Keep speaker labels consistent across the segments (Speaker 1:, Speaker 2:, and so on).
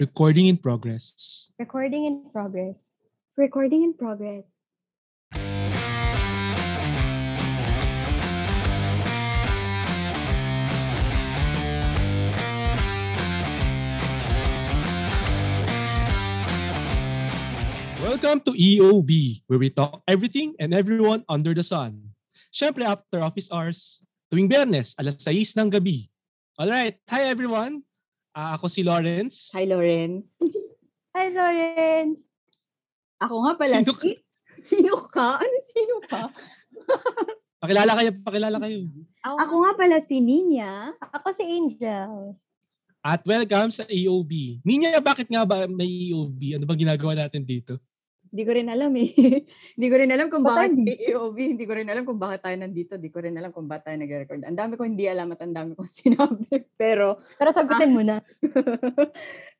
Speaker 1: Recording in progress.
Speaker 2: Recording in progress. Recording in progress.
Speaker 1: Welcome to EOB, where we talk everything and everyone under the sun. Siyempre, after office hours, tuwing Bernes, alas 6 ng gabi. Alright, hi everyone! Ah, ako si Lawrence.
Speaker 3: Hi, Lawrence.
Speaker 2: Hi, Lawrence!
Speaker 3: Ako nga pala.
Speaker 1: Sino ka?
Speaker 3: si- Sino ka? Ano sino ka?
Speaker 1: Pakilala kayo, pakilala kayo.
Speaker 3: Ako nga pala si Ninya.
Speaker 2: Ako si Angel.
Speaker 1: At welcome sa E EOB. Ninya, bakit nga ba may EOB? Ano bang ginagawa natin dito?
Speaker 3: Hindi ko rin alam eh. Hindi ko rin alam kung
Speaker 2: Ba't
Speaker 3: bakit
Speaker 2: hindi?
Speaker 3: AOV. Hindi ko rin alam kung bakit tayo nandito. Hindi ko rin alam kung bakit tayo nag-record. Ang dami kong hindi alam at ang dami kong sinabi. Pero,
Speaker 2: Pero sagutin mo na.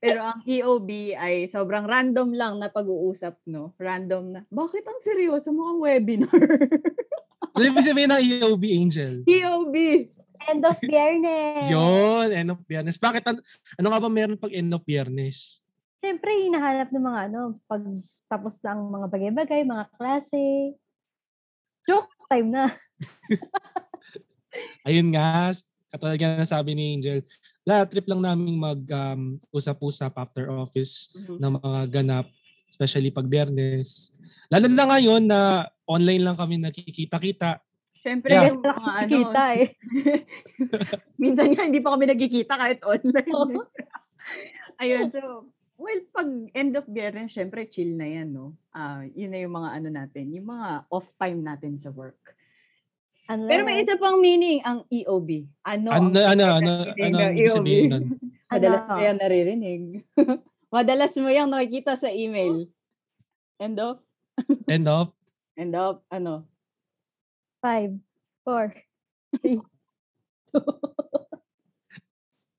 Speaker 3: pero ang EOB ay sobrang random lang na pag-uusap, no? Random na. Bakit ang seryoso? Mukhang webinar.
Speaker 1: Ano yung sabihin ng EOB, Angel?
Speaker 3: EOB.
Speaker 2: End of Biyernes.
Speaker 1: Yon, end of Biyernes. Bakit? An- ano nga ba meron pag end of Biyernes?
Speaker 2: Siyempre, hinahanap ng mga ano, pag tapos na ang mga bagay-bagay, mga klase. Joke time na.
Speaker 1: Ayun nga, katulad nga na sabi ni Angel, la trip lang namin mag um, usap-usap after office ng mga ganap, especially pag Biyernes. Lalo na ngayon na online lang kami nakikita-kita.
Speaker 3: Siyempre,
Speaker 1: Yeah.
Speaker 3: yung mga ano,
Speaker 2: Kita eh.
Speaker 3: Minsan nga, hindi pa kami nagkikita kahit online.
Speaker 2: Oo.
Speaker 3: Ayun, so, well, pag end of biyernes, syempre chill na yan, no? Ah, yun na yung mga ano natin, yung mga off time natin sa work.
Speaker 2: Ano
Speaker 3: Pero may isa pang meaning, ang EOB. Ano?
Speaker 1: ano,
Speaker 3: ang-
Speaker 1: ano, ano,
Speaker 3: Sabihin
Speaker 1: ano,
Speaker 3: ng
Speaker 1: ang ibig sabihin
Speaker 3: EOB?
Speaker 1: nun?
Speaker 3: Madalas
Speaker 2: Ano?
Speaker 3: mo yan naririnig. Madalas mo yung nakikita sa email. End of?
Speaker 1: End of?
Speaker 3: End of? Ano?
Speaker 2: Five, four.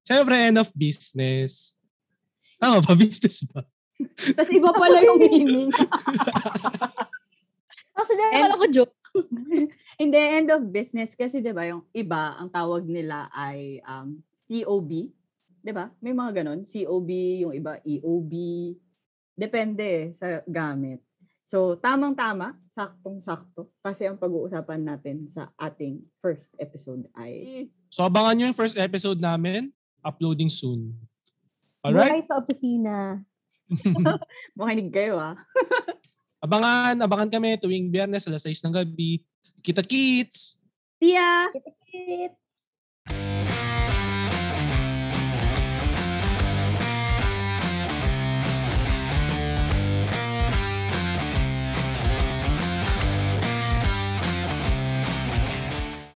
Speaker 1: Siyempre, end of business. Tama ba? Business ba?
Speaker 3: Tapos iba pala yung meaning.
Speaker 2: Actually,
Speaker 3: And-
Speaker 2: akala ko joke.
Speaker 3: In the end of business kasi 'di ba yung iba ang tawag nila ay um COB, 'di ba? May mga ganun, COB, yung iba EOB. Depende eh sa gamit. So tamang-tama, saktong-sakto kasi ang pag-uusapan natin sa ating first episode ay
Speaker 1: So, abangan nyo yung first episode namin. Uploading soon. Alright?
Speaker 2: Buhay sa opisina.
Speaker 3: makinig kayo ah.
Speaker 1: Abangan, abangan kami tuwing biyernes alas 6 ng gabi. Kita-kits!
Speaker 3: See ya!
Speaker 2: Kitakit.